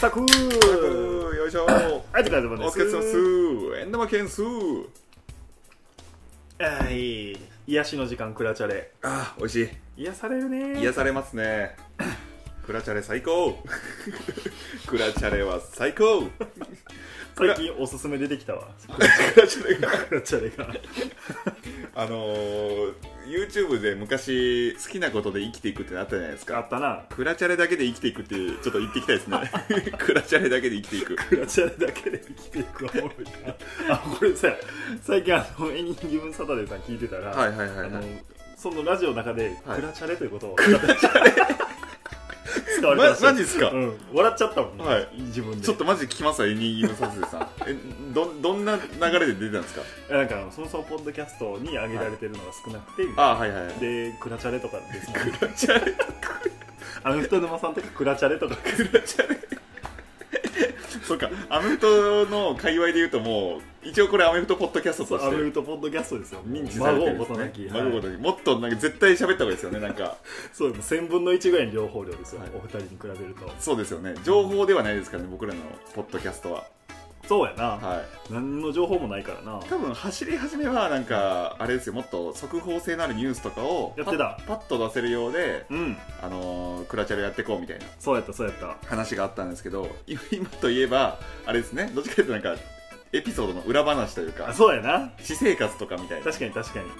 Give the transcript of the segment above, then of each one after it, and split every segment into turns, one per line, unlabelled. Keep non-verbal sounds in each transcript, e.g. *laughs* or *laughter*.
タク
よいしょ
はい、とかでも
お
ね、
疲れ様ですエンダマケンス
はい。癒しの時間、クラチャレ。
あー美味し
癒されるね。
い癒されますねクラチャレ最 *laughs* 高クラチャレは最高
最近おすすめ出てきたわ。
クラチャレが
クラチャレが。
あのー、YouTube で昔好きなことで生きていくってなったじゃないです
あ
か
ったな。
クラチャレだけで生きていくってちょっと言ってきたいですね *laughs* クラチャレだけで生きていく
クラチャレだけで生きていくはおもろいな。あ、これさ、最近あの、エニギブンサタデーさん聞いてたら、
はいはいはい
あ
は
の
い、
そのラジオの中で、
はい
クラチャレということを。クラチャレ使われてま
ま
した。
マジっすか、
うん、笑っちゃったもん、
はい
自分で
ちょっとマジ聞きますわエニギムサスさんえどどんな流れで出てたんですか
なんかそもそもポッドキャストに上げられてるのが少なくて、
あーはいはいはい
でクラチャレとかですね
クラチャレ
あの人沼さんとかクラチャレとか
クラチャレそうかアメフトの界隈で言うともう一応これアメフトポッドキャストと
ア
し
メフ
て
トポッドキャストですよ
認知されてるん
孫を
です
ことなき、
ね
はい
孫ごとにもっとなんか絶対喋った方がいいですよねなんか
そうです1000分の1ぐらいの両方量ですよ、
はい
お二人に比べると
そうですよね情報ではないですからね僕らのポッドキャストは
そうやな、
はい
何の情報もないからな
多分走り始めはなんかあれですよもっと速報性のあるニュースとかを
やってた
パッパッと出せるようで、
うん
あのークラチャルやっていこうみたいな
そうやったそうやった
話があったんですけどい今といえばあれですねどっちかというとなんかエピソードの裏話という
あ
か
そうやな
私生活とかみたいな、は
確かに確かに
い、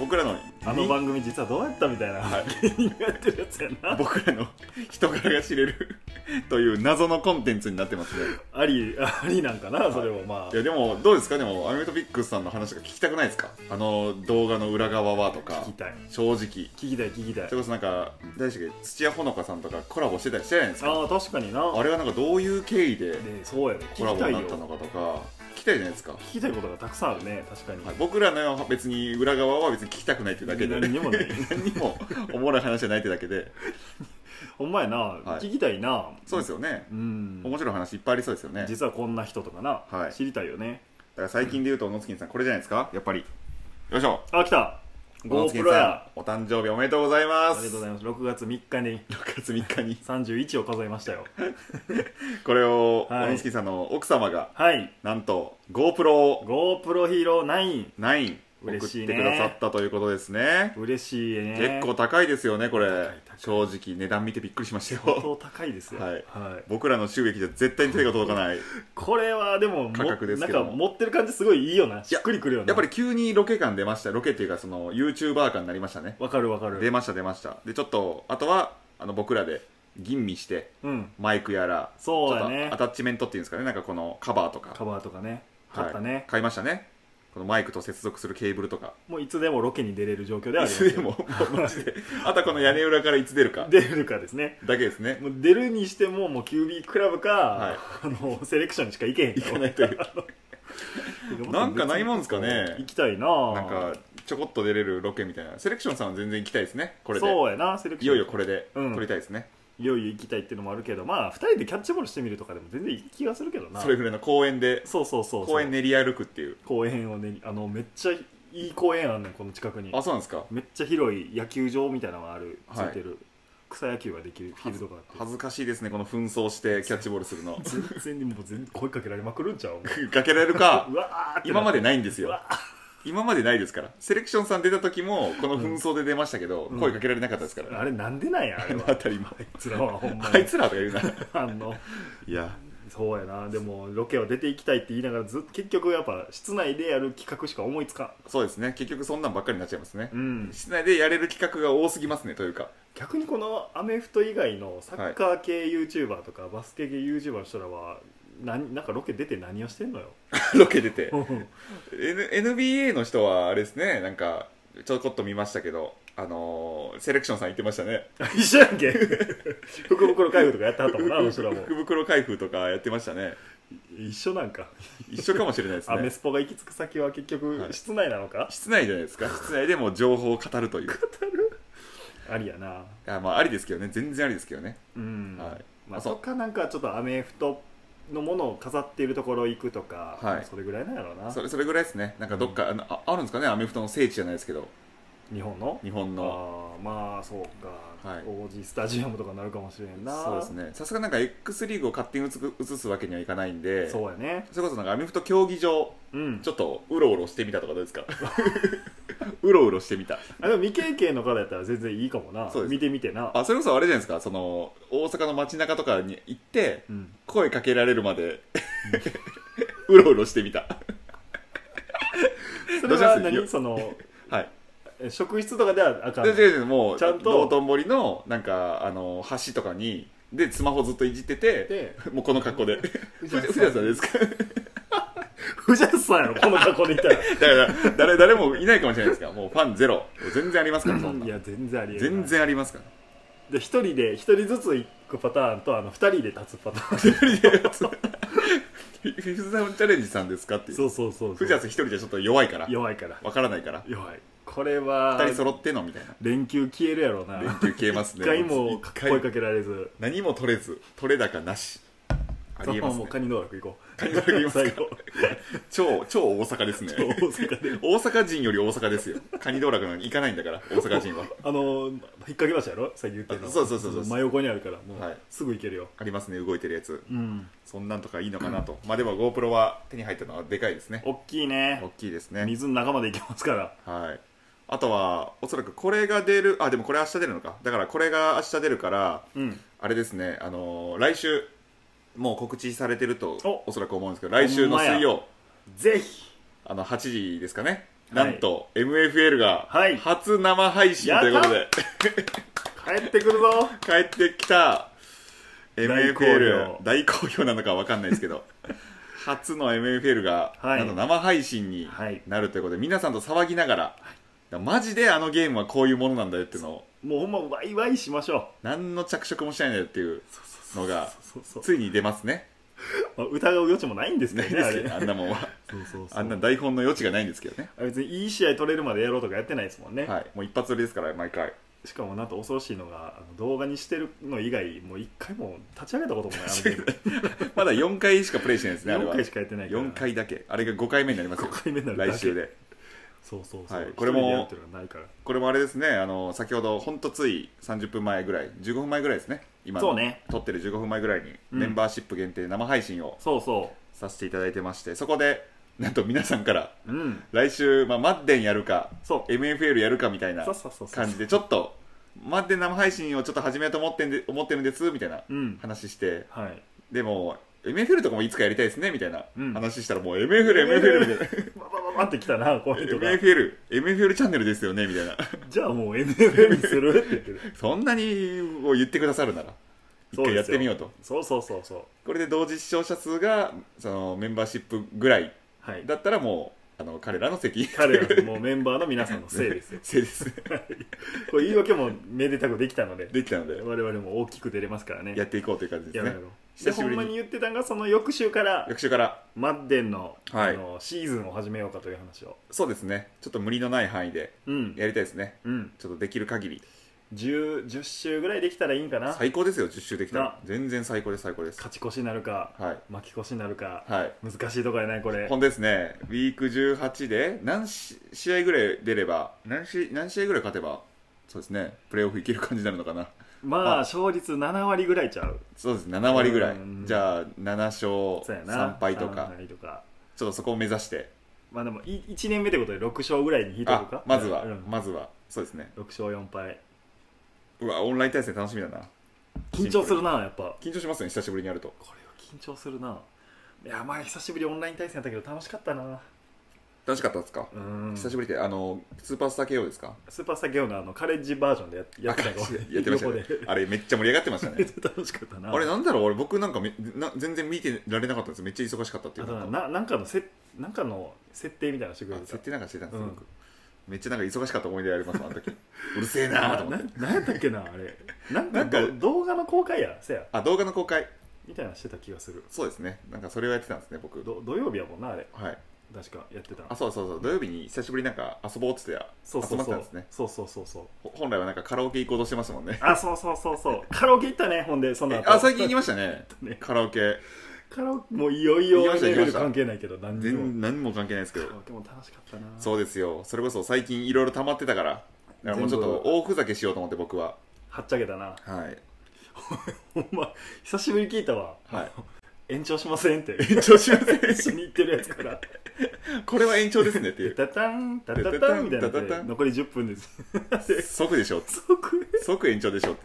僕らの
あの番組実はどうやったみたいな、
は
やってるやつやな
僕らの人柄が知れるという謎のコンテンツになってますね
ありありなんかなそれもまあ、
いやでもどうですかでもアメフトピックスさんの話が聞きたくないですかあの動画の裏側はとか
聞きたい
正直
聞きたい聞きたい
それこそなんか誰でしたっけ土屋ほのかさんとかコラボしてたりしてないですか
ああ確かにな
あれはなんかどういう経緯で
ねそうやね
コ
聞
ラ
き
ボ
たい
に
よ
なったのかとか聞きたいじゃないですか、は
聞きたいことがたくさんあるね確かに、
い、僕らの別に裏側は別に聞きたくないっていうだけで
何にもない
*laughs* 何にもおもろい話じゃないってだけで
ほんまやな、
い
聞きたいな
そうですよね
うん
面白い話いっぱいありそうですよねだか
実はこんな人とかな、
はい
知りたいよね
ら最近で言うと小野月さんこれじゃないですかやっぱりよいしょ
あ来た
小野
GoPro
月さ
や
んお誕生日おめでとうございま
あ
す
りがとうございます6月3日に
6月3日に
31を数えましたよ
これを
はい
小野月さんの奥様が
はい
なんと GoPro を
GoPro ヒーロー9
9送
嬉
っ
してい
く
ね
ださったということですね
嬉しいね
結構高いですよねこれ
い高い
正直値段見てびっくりしました
相 *laughs*
よ
当高いですよ
はい僕らの収益じゃ絶対に手が届かない
*laughs* これはでもも
価格ですけども
なんか持ってる感じすごいいいよなしっくりくるよな
やっぱり急にロケ感出ましたロケっていうかその YouTuber 感になりましたね
わかるわか
出
る
ました出ましたでちょっとあとはあの僕らで吟味して
うん
マイクやら
そうやね
ちょっとアタッチメントっていうんですかねなんかこのカバーとか
カバーとかね
はい
買ったね、
買いましたねこのマイクと接続するケーブルとか
もういつでもロケに出れる状況ではありま
い
す
つでも *laughs* マジであとはこの屋根裏からいつ出るか
出るかですね
だけですね
もう出るにしてももう QB クラブか、
い
あのセレクションにしか行けへん
行かないというなんかないもん
です
かね
行きたいな
なんかちょこっと出れるロケみたいなセレクションさんは全然行きたいですねこれで
そうやなセレク
い
ショ
よ
ン
いよこれで
うん
撮りたいですね、
いよいよ行きたいっていうのもあるけどまあ2人でキャッチボールしてみるとかでも全然いい気がするけどな
それぐらいの公園で
そうそうそうそう
公園練り歩くっていう
公園をねあのめっちゃいい公園あんねんこの近くに
あそうなんですか
めっちゃ広い野球場みたいなのがあるつ
はい
いてる、草野球ができるフィールドがあっ
恥ずかしいですねこの紛争してキャッチボールするの *laughs*
て全然もう全然声かけられまくるんちゃうもう
かけられるか
うわーって
今までないんです
う
よ
わ
今までないですからセレクションさん出た時もこの紛争で出ましたけど、
うん
声かけられなかったですから、
あれなんでなんやあれは
当たり前
あいつらはほんま
あい
に
つらとか言
*laughs*
うな
あの
いや
そうやなでもロケは出ていきたいって言いながらずっ結局やっぱ室内でやる企画しか思いつか
そうですね結局そんなんばっかりになっちゃいますね
ん、うん、
室内でやれる企画が多すぎますねというか *laughs*
逆にこのアメフト以外のサッカー系 YouTuber とかバスケ系 YouTuber の人らはなんなんかロケ出て何をしてんのよ
ロケ出て N NBA の人はあれですねなんかちょこっと見ましたけどあのーセレクションさん言ってましたね
*laughs* 一緒やんけ *laughs* 福袋開封とかやってはった *laughs* もんなあの人らも
福袋開封とかやってましたね
一緒なんか
一緒かもしれないです
アメ
ね
スポが行き着く先は結局
はい
室内なのか、
室内じゃないですか室内でもう情報を語るという
*laughs*
い
ありやな
やまあありですけどね全然ありですけどね
うん、
はい
まあ、
あそう
とかなんかちょっとアメフトのものを飾っているところ行くとか、
はい
それぐらいなんやろうな
それそれぐらいですねなんかどっか、あのああるんですかねアメフトの聖地じゃないですけど
日本の
日本の
あーまあそうか、
はい
王子スタジアムとかなるかもしれんな
そうですねさすがなんか X リーグを勝手に移す移すわけにはいかないんでそ
そうやね
れこそなんかアメフト競技場
うん
ちょっとうろうろしてみたとかどうですか *laughs* うろうろしてみた
あでも未経験の方やったら全然いいかもな
そうです
見てみてな
あそれこそあれじゃないですかその大阪の街中とかに行って
うん
声かけられるまで *laughs* うろうろしてみた
そ
ど
れ
うしま
は
す
何
よ
その
はい
え職質とかではあかん
でででもう
ちゃんと
道頓堀のなんかあの橋とかにでスマホずっといじってて
で
*laughs* もうこの格
*laughs*
好で
藤
藤田さんですか *laughs*
藤田さんやろこの格好でいった
*laughs*
ら
だから誰誰もいないかもしれないですからもうファンゼロ全然ありますからそんない
や全然ありえない
全然ありますから
で
*laughs*
一人で一人ずつ行くパターンとあの二人で立つパ
*laughs*
ターン
藤田チャレンジさんですかっていう
そうそうそうそう
藤田さん一人じゃちょっと弱いから
弱いから
わからないから
弱いこれは
二人揃ってのみたいな
連休消えるやろうな
連休消えますね
一回も
一
声かけられず
何も取れず取れ高なしありえ
そのま
ます
まもう
ね
カニ道楽行こう
カニ道楽行きますか
最後
超超大阪ですね
大阪で
大阪人より大阪ですよカニ道楽なんか行かないんだから大阪人は
あの引っ掛けましたやろさっき言ってたの
あそうそうそうそう
真横にあるからも
は
う
い
すぐ行けるよ
ありますね動いてるやつ
うん
そんなんとかいいのかなと、まあでも GoPro は手に入ったのはでかいですね
大きいね
大きいですね
水の中まで行けますから
はいあとはおそらくこれが出るあでもこれ明日出るのかだからこれが明日出るから
うん
あれですねあのー来週もう告知されてると
お
おそらく思うんですけど来週の
ほ
水曜
ぜひ
あの8時ですかね、
はい
なんと MFL が
はい
初生配信ということで
帰ってくるぞ
帰ってきた MFL
好評
大好評なのかわかんないですけど *laughs* 初の MFL が、
はい
なんと生配信に
はい
なるということで、皆さんと騒ぎながら、マジであのゲームはこういうものなんだよっていうのを
もうほんまワイワイしましょう
何の着色もしないんだよっていうのが
そうそう
ついに出ますね
まあ疑う余地もないんですけ
ない
ど *laughs*
で
ねあ
す
れ
けどあんなもんは
そうそうそう
あんな台本の余地がないんですけどね、
あれ別にいい試合取れるまでやろうとかやってないですもんね、
はい、もう一発撮りですから毎回
しかもなんと恐ろしいのがあの動画にしてるの以外もう一回も立ち上げたこともないあのゲーム
まだ4回しかプレイしてないですねあれ
4
は
回しかやってないから
4回だけあれが5回目になりますよ
5回目になるだけ
来週で
そうそうそう、
はいこれも
一人でやるっていうのはないから
これもあれですねあの先ほどほんとつい30分前ぐらい15分前ぐらいですね今の
そうね
撮ってる15分前ぐらいに
うん
メンバーシップ限定生配信を
そうそ
させていただいてまして、そこでなんと皆さんから
ううん
来週、まあ、マッデンやるか
そう
MFL やるかみたいな
そうそうそうそう
感じでちょっとマッデン生配信をちょっと始めようと思ってんで思ってるんですみたいな
うん
話して
はい
でも MFL とかもいつかやりたいですねみたいな
うん
話したらもう MFLMFL みたいな
ババババってきたなコメントが
MFL、MFL チャンネルですよねみたいな、
じゃあもう NFL にするって言ってる
そんなにを言ってくださるなら、一
そう
回
で
やっ
すよ
てみようと、
そうそうそうそう
これで同時視聴者数がそのメンバーシップぐらい
はい
だったら、もうあの彼らの席、
彼
*laughs*
はもうメンバーの皆さんのせいですよ
せいです、
これ言い訳もめでたくできたので
できた
*laughs*
ので、
我々も大きく出れますからね
やっていこうという感じで
や
す
ろう
ね
や。ろうで
久し
ほ
ぶり
んま
に
に言ってたんがその翌週から
翌週から、
マッデンの,、
はい
あのシーズンを始めようかという話を
そうですね、ちょっと無理のない範囲で
うん、
やりたいですね、
うん、
ちょっとできる限り、
10, 10週ぐらいできたらいいんかな
最高ですよ、10周できた
な
ら、全然最高です、最高です。
勝ち越しなるか
はい、
負け越しなるか、
はい
難しいとこやないこれ
ほんでですね、ウィーク18で何し試合ぐらい出れば何し、何試合ぐらい勝てば、そうですね、プレーオフいける感じになるのかな、
まあ勝率7割ぐらいちゃう
そうです、7割ぐらい
うん、
じゃあ、7
そうや
勝
な
3敗とか
3、敗とか
ちょっとそこを目指して、
まあでもい1年目ってことで6勝ぐらいに引いとくか
あまずは、
うん
まずは、そうですね、
6勝4敗
うわ、オンライン対戦楽しみだな、
緊張するなやっぱ
緊張しますね、久しぶりにやると、
これは緊張するないや前久しぶりオンライン対戦やったけど楽しかったな
楽しかったですか、
うん
久しぶりって、あのスーパースター KO ですか、
スーパースターゲオのあのカレッジバージョンでややってたか
あ
ら
やってましたね
横で、
あれ、めっちゃ盛り上がってましたね。
*laughs* 楽しかったな
あれなんだろう俺僕なんかめな全然見てられなかったんですめっちゃ忙しかったってい
あ
う
と
か
なななんかのせなんかの設定みたいなのしてくれ
あ
てた
設定なんかしてたんですよ、
うん
僕めっちゃなんか忙しかった思い出ありますあ
*laughs*
の時うるせえなーと
なな
思って
なんやったっけなあ
*laughs*
れなんか
なんか
ど動画の公開やせや
あ動画の公開
みたいなのしてた気がする
そうですねなんかそれをやってたんですね僕
ど土曜日やもんなあれ
はい
確かやってたの
あそうそうそう土曜日に久しぶりになんか遊ぼうっつって
そう
集
そう
まっ
そ
てたん
う
ですね
そうそうそうそう
ほ本来はなんかカラオケ行こうとしてましたもんね
あそうそうそうそうカラオケ行ったねほんでその
え
後
あ最近行きましたね
ね
カラオケ
カラオケもういよいよ
行きました
レベ
行きま
ル
した
関係ないけど何にも
全何も関係ないですけ
カ
ど
ラオケも楽しかったな
そうですよそれこそ最近いろいろ溜まってたからだからもうちょっと大ふざけしようと思って僕は
はっちゃけたな
はい
ほんま久しぶりに聞いたわ、
はい
延長しませんって
延長しません
一緒に行ってるやつから
これは延長ですねってい
で *laughs*
う
タタンタタタンみたいになって
タタタン
残り10分です
即でしょ
即
即延長でし
*laughs*
ょって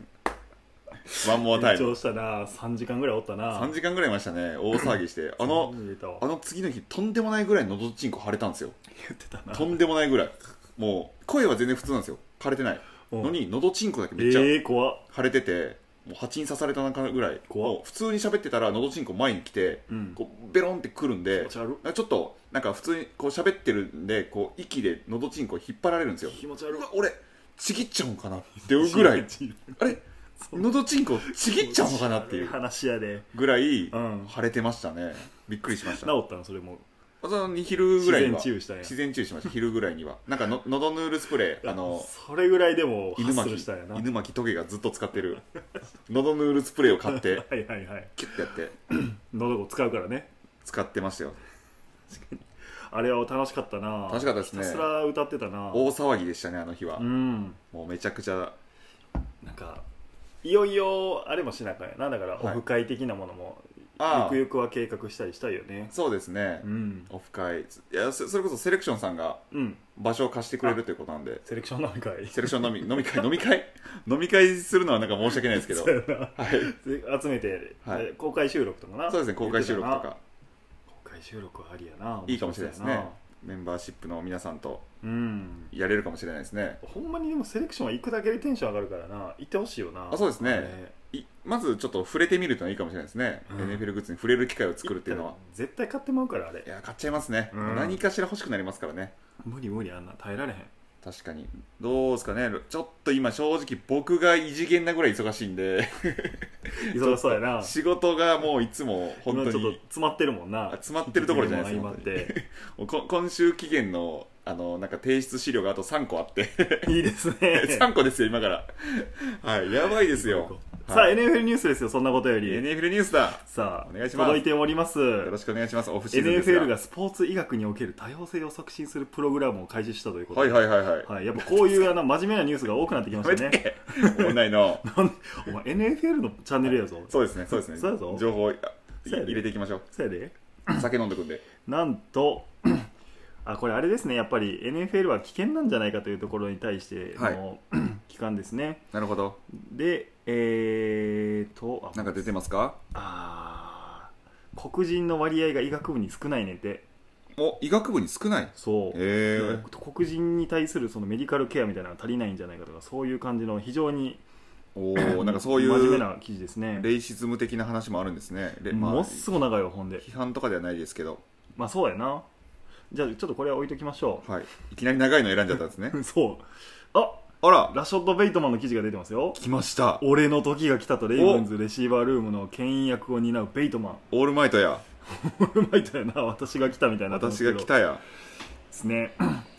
ワンモアタ
延
イム
長したな3時間ぐらいおったな
3時間ぐらいいましたね大騒ぎしてあの
入れたわ
あの次の日とんでもないぐらいのどちんこ腫れたんですよ
言ってたな
とんでもないぐらいもう声は全然普通なんですよ枯れてない
うん
のにのどちんこだけ
え
めっちゃ
ー、怖っ
腫れててもう蜂に刺された中ぐらい
怖っ
もう普通に喋ってたらのどちんこ前に来て
うん
こうベロンってくるん
気
で
持ち悪っ
なんかちょっとなんか普通にこう喋ってるんでこう息でのどちんこ引っ張られるんですよ
気持ち悪
う
っ
わ俺ちぎっちゃうんかなっていう
*laughs*
ぐらいあれ
そう
のどちんこちぎっちゃうのかなっていう
話やで
ぐらい
うん
腫れてましたねびっくりしました
治ったのそれも
あその昼ぐらいには
自然治癒したんや
自然治癒しました昼ぐらいにはなんかののどヌールスプレーあの
それぐらいでもハ
犬
ッス
巻
ルしたんやな
犬巻トゲがずっと使ってるのどヌールスプレーを買って
はいはいはい
キュッてやって
喉を使うからね
使ってましたよ
あれは楽しかったな
楽しかったですね
ひたすら歌ってたな
大騒ぎでしたねあの日は
うん
もうめちゃくちゃ
なんかいよいよあれもしなあかんやなだから
はい
オフ会的なものも、
あ
ゆくゆくは計画したりしたいよね
そうですね
うん
オフ会いやそそれこそセレクションさんが
うん
場所を貸してくれるということなんで
セレクション何回
セレクション飲み飲み会飲み会飲み会するのはなんか申し訳ないですけど
そうやな
はい
で集めて、
はい
え公開収録とかな
そうですね公開収録と
言って
か
たな公開収録はありやない
いかもしれないですね
面白
メンバーシップの皆さんと
そうやなうん
やれるかもしれないですね
ほんまにでもセレクションは行くだけでテンション上がるからな行ってほしいよな
あそうですね
あれ
いまずちょっと触れてみるというのはいいかもしれないですね、
うん
NFL グッズに触れる機会を作るっていうのは
行ったら絶対買ってまうからあれ
いや買っちゃいますね、
うん
何かしら欲しくなりますからね
無理無理あんな耐えられへん
確かにどうですかねちょっと今正直僕が異次元なぐらい忙しいんで
忙し *laughs* そうやな
仕事がもういつも本
今
当
ちょっと
に
詰まってるもんな
あ詰まってるところじゃないです
今って
もうこ今週期限のあのなんか提出資料があと3個あって
*laughs* いいですね
3個ですよ今からはいやばいで
*laughs*
すよ
さあ
はい
NFL ニュースですよそんなことより、
NFL ニュースだ
さあ
お願いします
届いております
よろしくお願いしますオフシーズンです
NFL がスポーツ医学における多様性を促進するプログラムを開始したということ
はい
で、
はいはいはい
はいやっぱこういうあの真面目なニュースが多くなってきましたね *laughs*
問題の
お前 NFL のチャンネルやぞ
そうですねそうですね
そうやぞ
情報をあい
そうやで
入れていきましょう
そやで *laughs*
酒飲んでくんで
なんとあこれあれですねやっぱり NFL は危険なんじゃないかというところに対して *clears throat* の、期間ですね
なるほど
でえーとあ
なんか出てますか
あー黒人の割合が医学部に少ないねんて
お医学部に少ない
そう、
へー
黒人に対するそのメディカルケアみたいなのが足りないんじゃないかとかそういう感じの非常に
おおなんかそうい
真面目
う
な記事ですね
レイシズム的な話もあるんですねでまあ
もっすご長いわほんで
批判とかではないですけど
まあそうやなじゃあちょっとこれは置いときましょ
はいいきなり長いの選んじゃったんですね
う *laughs* そうあ
あら
ラショット・ベイトマンの記事が出てますよ
来ました
俺の時が来たとレイブンズレシーバールームの牽引役を担うベイトマン *laughs*
オールマイトや
オールマイトやな私が来たみたいになってますけ
私
ど
が来たや
ですね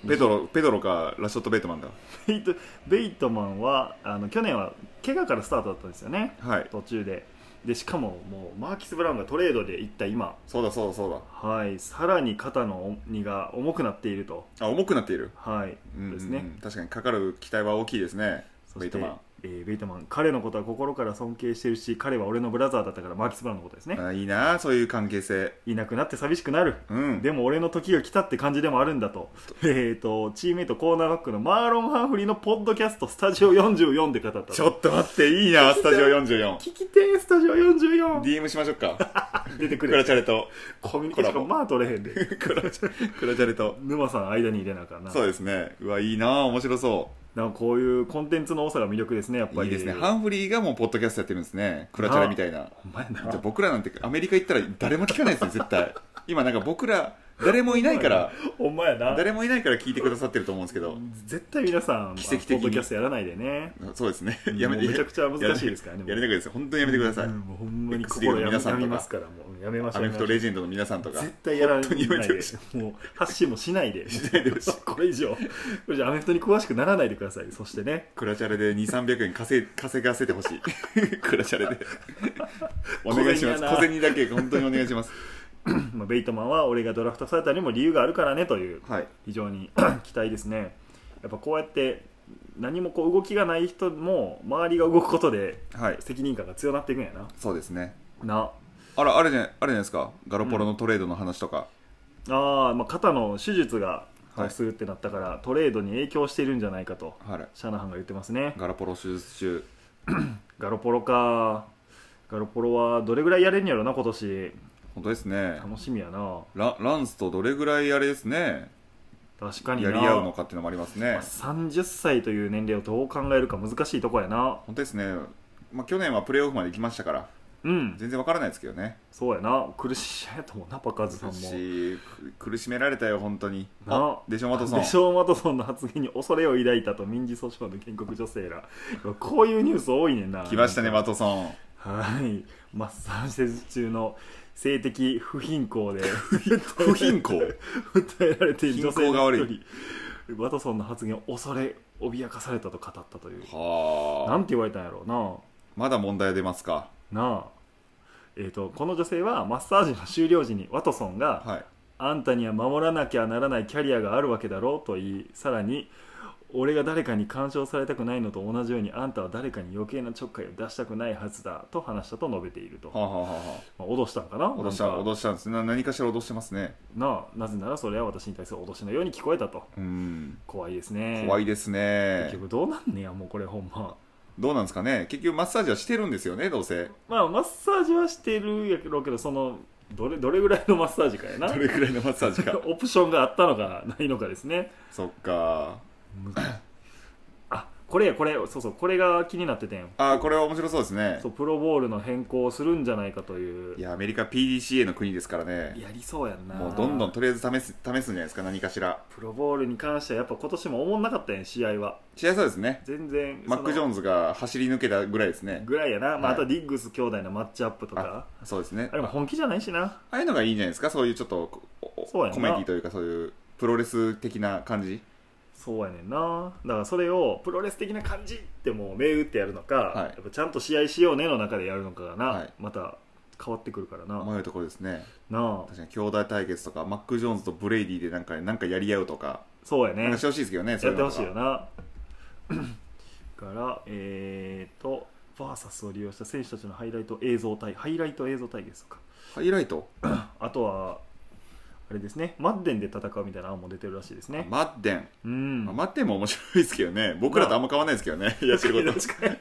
ペドロペドロかラショット・ベイトマンだ
ベイトベイトマンはあの去年は怪我からスタートだったんですよね
はい
途中ででしかももうマーキス・ブラウンがトレードで行った今
そうだそうだそうだ
はいさらに肩の荷が重くなっていると
あ重くなっている
はい、
うんうんうん
ですね
確かにかかる期待は大きいですね
そ
ベ
し
イト
て
マン
えーベイトマン彼のことは心から尊敬してるし彼は俺のブラザーだったからマーキス・ブラウンのことですね
あいいなそういう関係性
いなくなって寂しくなる
うん
でも俺の時が来たって感じでもあるんだとえー、とチームメイトコーナーバックのマーロン・ハンフリーのポッドキャストスタジオ44で語ったと
ちょっと待ってい
*laughs*
いなスタジオ 44DM
聞きてースタジオ 44!
しましょう
*laughs*
か
出てく
ク
れ
ラチャレと
コミュニケーションがまあ取れへんで
クラチャクラチャレと
沼さん間に入れなあかんな
そうですねうわいいな面白そ
なんかこういうコンテンツの多さが魅力ですねやっぱ
うい
り
いですねハンフリーがもうポッドキャストやってるんですねクラチャレみたいな
お前
じゃあ
な
僕らなんてアメリカ行ったら誰も聞かないですね
*laughs*
絶対今なんか僕ら誰もいないから
お前な
誰もいないから聞いてくださってると思うんですけど
絶対皆さん
奇跡的に
ポッドキャストやらないでね
そうですね
もうめちゃくちゃ難しいですからね
やめてください本当にやめてください、
うんもうほんまに
X リー
心
グの
や
皆さんと
め
か
ますからもうやめましょ
ア
う
メフトレジェンドの皆さんとか
絶対やらない
本当に
で
やめてほしい
もう発信もしないで
ないでほしい
*laughs* これ以上これ以上アメフトに詳しくならないでくださいそしてね
クラチャレで2 3 0 0円稼い稼がせてほしい
*laughs*
クラチャレでお願いし
小
ます
銭やな
小銭だけ本当にお願い
*laughs*
します
まあベイトマンは俺がドラフトされたにも理由があるからねという *coughs*
はい
非常に期待ですねやっぱこうやって何もこう動きがない人も周りが動くことで
はい
責任感が強なっていくんやな
そうですね
な
あらあれじゃないあれじゃないですかガロポロのトレードの話とか、
あー、まあ肩の手術が
はい
するってなったから、トレードに影響しているんじゃないかと
はい
シャナハンが言ってますね
ガラポロ手術中
ガロポロかガロポロはどれぐらいやれんやろな今年
本当ですね
楽しみやな
ラランスとどれぐらいあれですね
確かにな
やり合うのかっていうのもあります
ま
ね
あ30歳という年齢をどう考えるか難しいとこやな
本当ですね、まあ、去年はプレーオフまで行きましたから
うん
全然わからないですけどね
そうやな苦しいやと思うなパカズさんも
し苦しめられたよ本当に
な
あデション・ワトソン
でしょうマトソンの発言に恐れを抱いたと民事訴訟の建国女性らこういうニュース多いねんな
来ましたね
な
ワ
んか
トソン
はいマッサージ施術中の性的不貧困で
不貧困
訴えられている女性
貧困が
の
悪
一
い
人ワトソンの発言を恐れ脅かされたと語ったというな
はあ
んて言われたんやろうな
まだ問題出ますか
なあえー、とこの女性はマッサージの終了時にワトソンが
はい
「あんたには守らなきゃならないキャリアがあるわけだろ」うと言いさらに「俺が誰かに干渉されたくないのと同じようにあんたは誰かに余計なちょっかいを出したくないはずだ」と話したと述べていると、
はあ、はあはあは
まあ、脅したんかな
あ、脅した
なんか
脅したんですねな何かしら脅してますね
なあなぜならそれは私に対する脅しのように聞こえたと
うん
怖いですね
怖
い
いで
結
すね
局どうなんねやもうこれほんま
どうなんですかね結局マッサージはしてるんですよねどうせ
まあマッサージはしてるやろうけどそのどれどれぐらいのマッサージかやな
どれくらいのマッサージ
*laughs*
か
オプションがあったのかないのかですね
そっか
あこれやこれそうそうこれが気になっててん
あーこれは面白そうですね
そうプロボールの変更をするんじゃないかという
いやアメリカ PDCA の国ですからね
やりそうやんな
もうどんどんとりあえず試す試すんじゃないですか何かしら
プロボールに関してはやっぱ今年も思んなかったやん試合は
試合そうですね
全然
マック・ジョー
ン
ンズが走り抜けたぐらいですね
ぐらいやな、まあ、
はい
あとはディッグス兄弟のマッチアップとか
そうですね
あれも
あ
本気じゃないしな
ああいうのがいいんじゃないですかそういうちょっとおお
そうやな
コメディというかそういうプロレス的な感じ
そうやねんなだからそれをプロレス的な感じってもう銘打ってやるのか、
はい
やっぱちゃんと試合しようねの中でやるのかがな、
はい
また変わってくるからな、
迷うところですね
なあ
確かに兄弟対決とかマック・ジョーンズとブレイディでなんかなんかやり合うとか
そうやね
なんかしてほしいですけどねそう
やっ
う
て
の
ほ
と
し
か
いよな *clears throat* からえー、とバーサスを利用した選手たちのハイライト映像対ハイライト映像対決とか
ハイライト
あとはあれですねマッデンで戦うみたいな案も出てるらしいですね
マッデン
うん
まあマッデンも面白いですけどね僕らとあんま変わんないですけ
*laughs*
どねやってること
確かに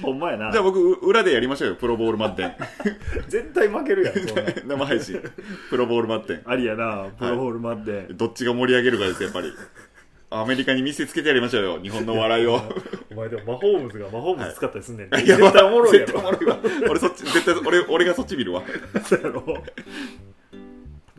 ほんまやな
じゃあ僕う裏でやりましょうよプロボールマッデン
絶対負けるやん *laughs* そんなん
生配信プロボールマッテ
ありやなプロホールマッデン、
ンどっちが盛り上げるかですやっぱりアメリカに見せつけてやりましょうよ日本の笑いを
お前でもマホームズがマホームズ使ったりすんねん、
いや
絶対おもろいや
絶対
ろ
おもろいわ俺そっち絶対俺俺がそっち見るわ
そうや *laughs* ろ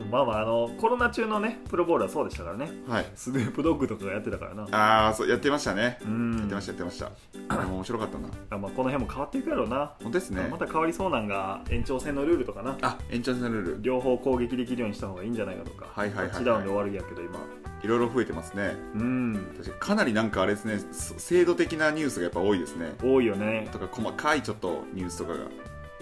まあまああのコロナ中のねプロボールはそうでしたからね
はい
スヌープドッグとかがやってたからな
ああそうやってましたね
うん
やってましたやってましたあれも面白かったな
あまあ、この辺も変わっていくやろうな、
本当ですね
また変わりそうなんが延長戦のルールとかな
あ延長戦のルール
両方攻撃できるようにした方がいいんじゃないかとか
はいはいはいはい
タッチダウンで終わるやけど今
いろいろ増えてますね
うん
確かにかなりなんかあれですねそ制度的なニュースがやっぱ多いですね
多いよね
とか細かいちょっとニュースとかが *laughs*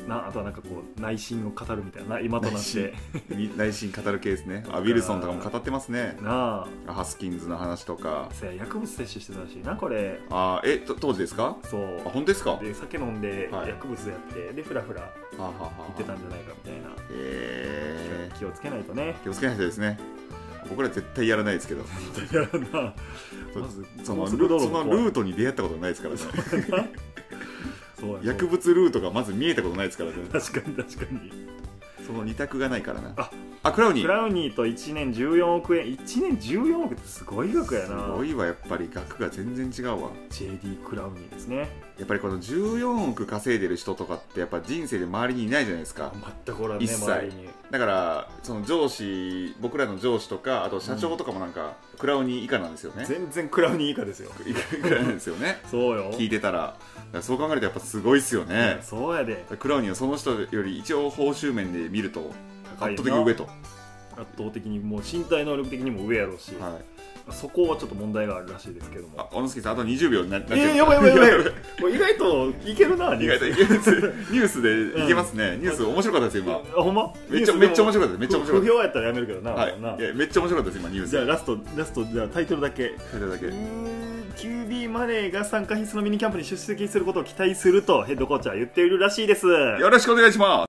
なあとはなんかこう内心を語るみたいな今となって
み内心語る系ですねあウィルソンとかも語ってますね
なあ
ハスキンズの話とか
そや薬物摂取してたらしいなこれ
あーえと当時ですか
そう
あ本当ですかは
で酒飲んで
はい
薬物やって、でフラフラ
あはあは
言
あ
ってたんじゃないかみたいな、
え
気をつけないとね
ー、気をつけないとですね僕ら絶対やらないですけ *laughs* ど
いや *laughs* な
そ
まず
その
高
そ
速道
の
路の
ルートに出会ったことないですから *laughs* ね
そうやそうや
薬物ルートがまず見えたことないですからね
確かに確かに
その二択がないからな
あ
あクラウニ
ク
ー
ラウニーと1年14億円1年14億ってすごい額や
す
な
ごいわやっぱり額が全然違うわ
JD クラウニーですね
やっぱりこの14億稼いでる人とかってやっぱ人生で周りにいないじゃないですか
全くおらんね
一切
周りに
だからその上司僕らの上司とかあと社長とかもなんか、クラウニー以下なんですよね
全然クラウニー以下ですよ
いくらなんですよね
そうよ
聞いてたらだからそう考えるとやっぱすごいっすよね
そうやで
クラウニーはその人より一応報酬面で見ると
高い
圧
よな
倒的に上と、は
圧倒的にもう身体能力的にも上やろうし、
い、
そこはちょっと問題があるらしいですけども
あ小野助さんあと20秒にななっち
え
ゃい
ー、や
ました
ばいやばいやばいもう意外といけるな
*laughs* 意
ニュース
外といけるんですニュースでいけますね、ニュース面白かったです今
あほんま
めっちゃめっちゃ面白かっためっちゃ面白
不
かっ
評やったらやめるけどな,、
た、はい、いやめっちゃ面白かったです今ニュース
じゃあラストラストじゃあタイトルだけ
それだけ
うーん QB マネーが参加必須のミニキャンプに出席することを期待するとヘッドコーチは言っているらしいです。
よろしくお願いします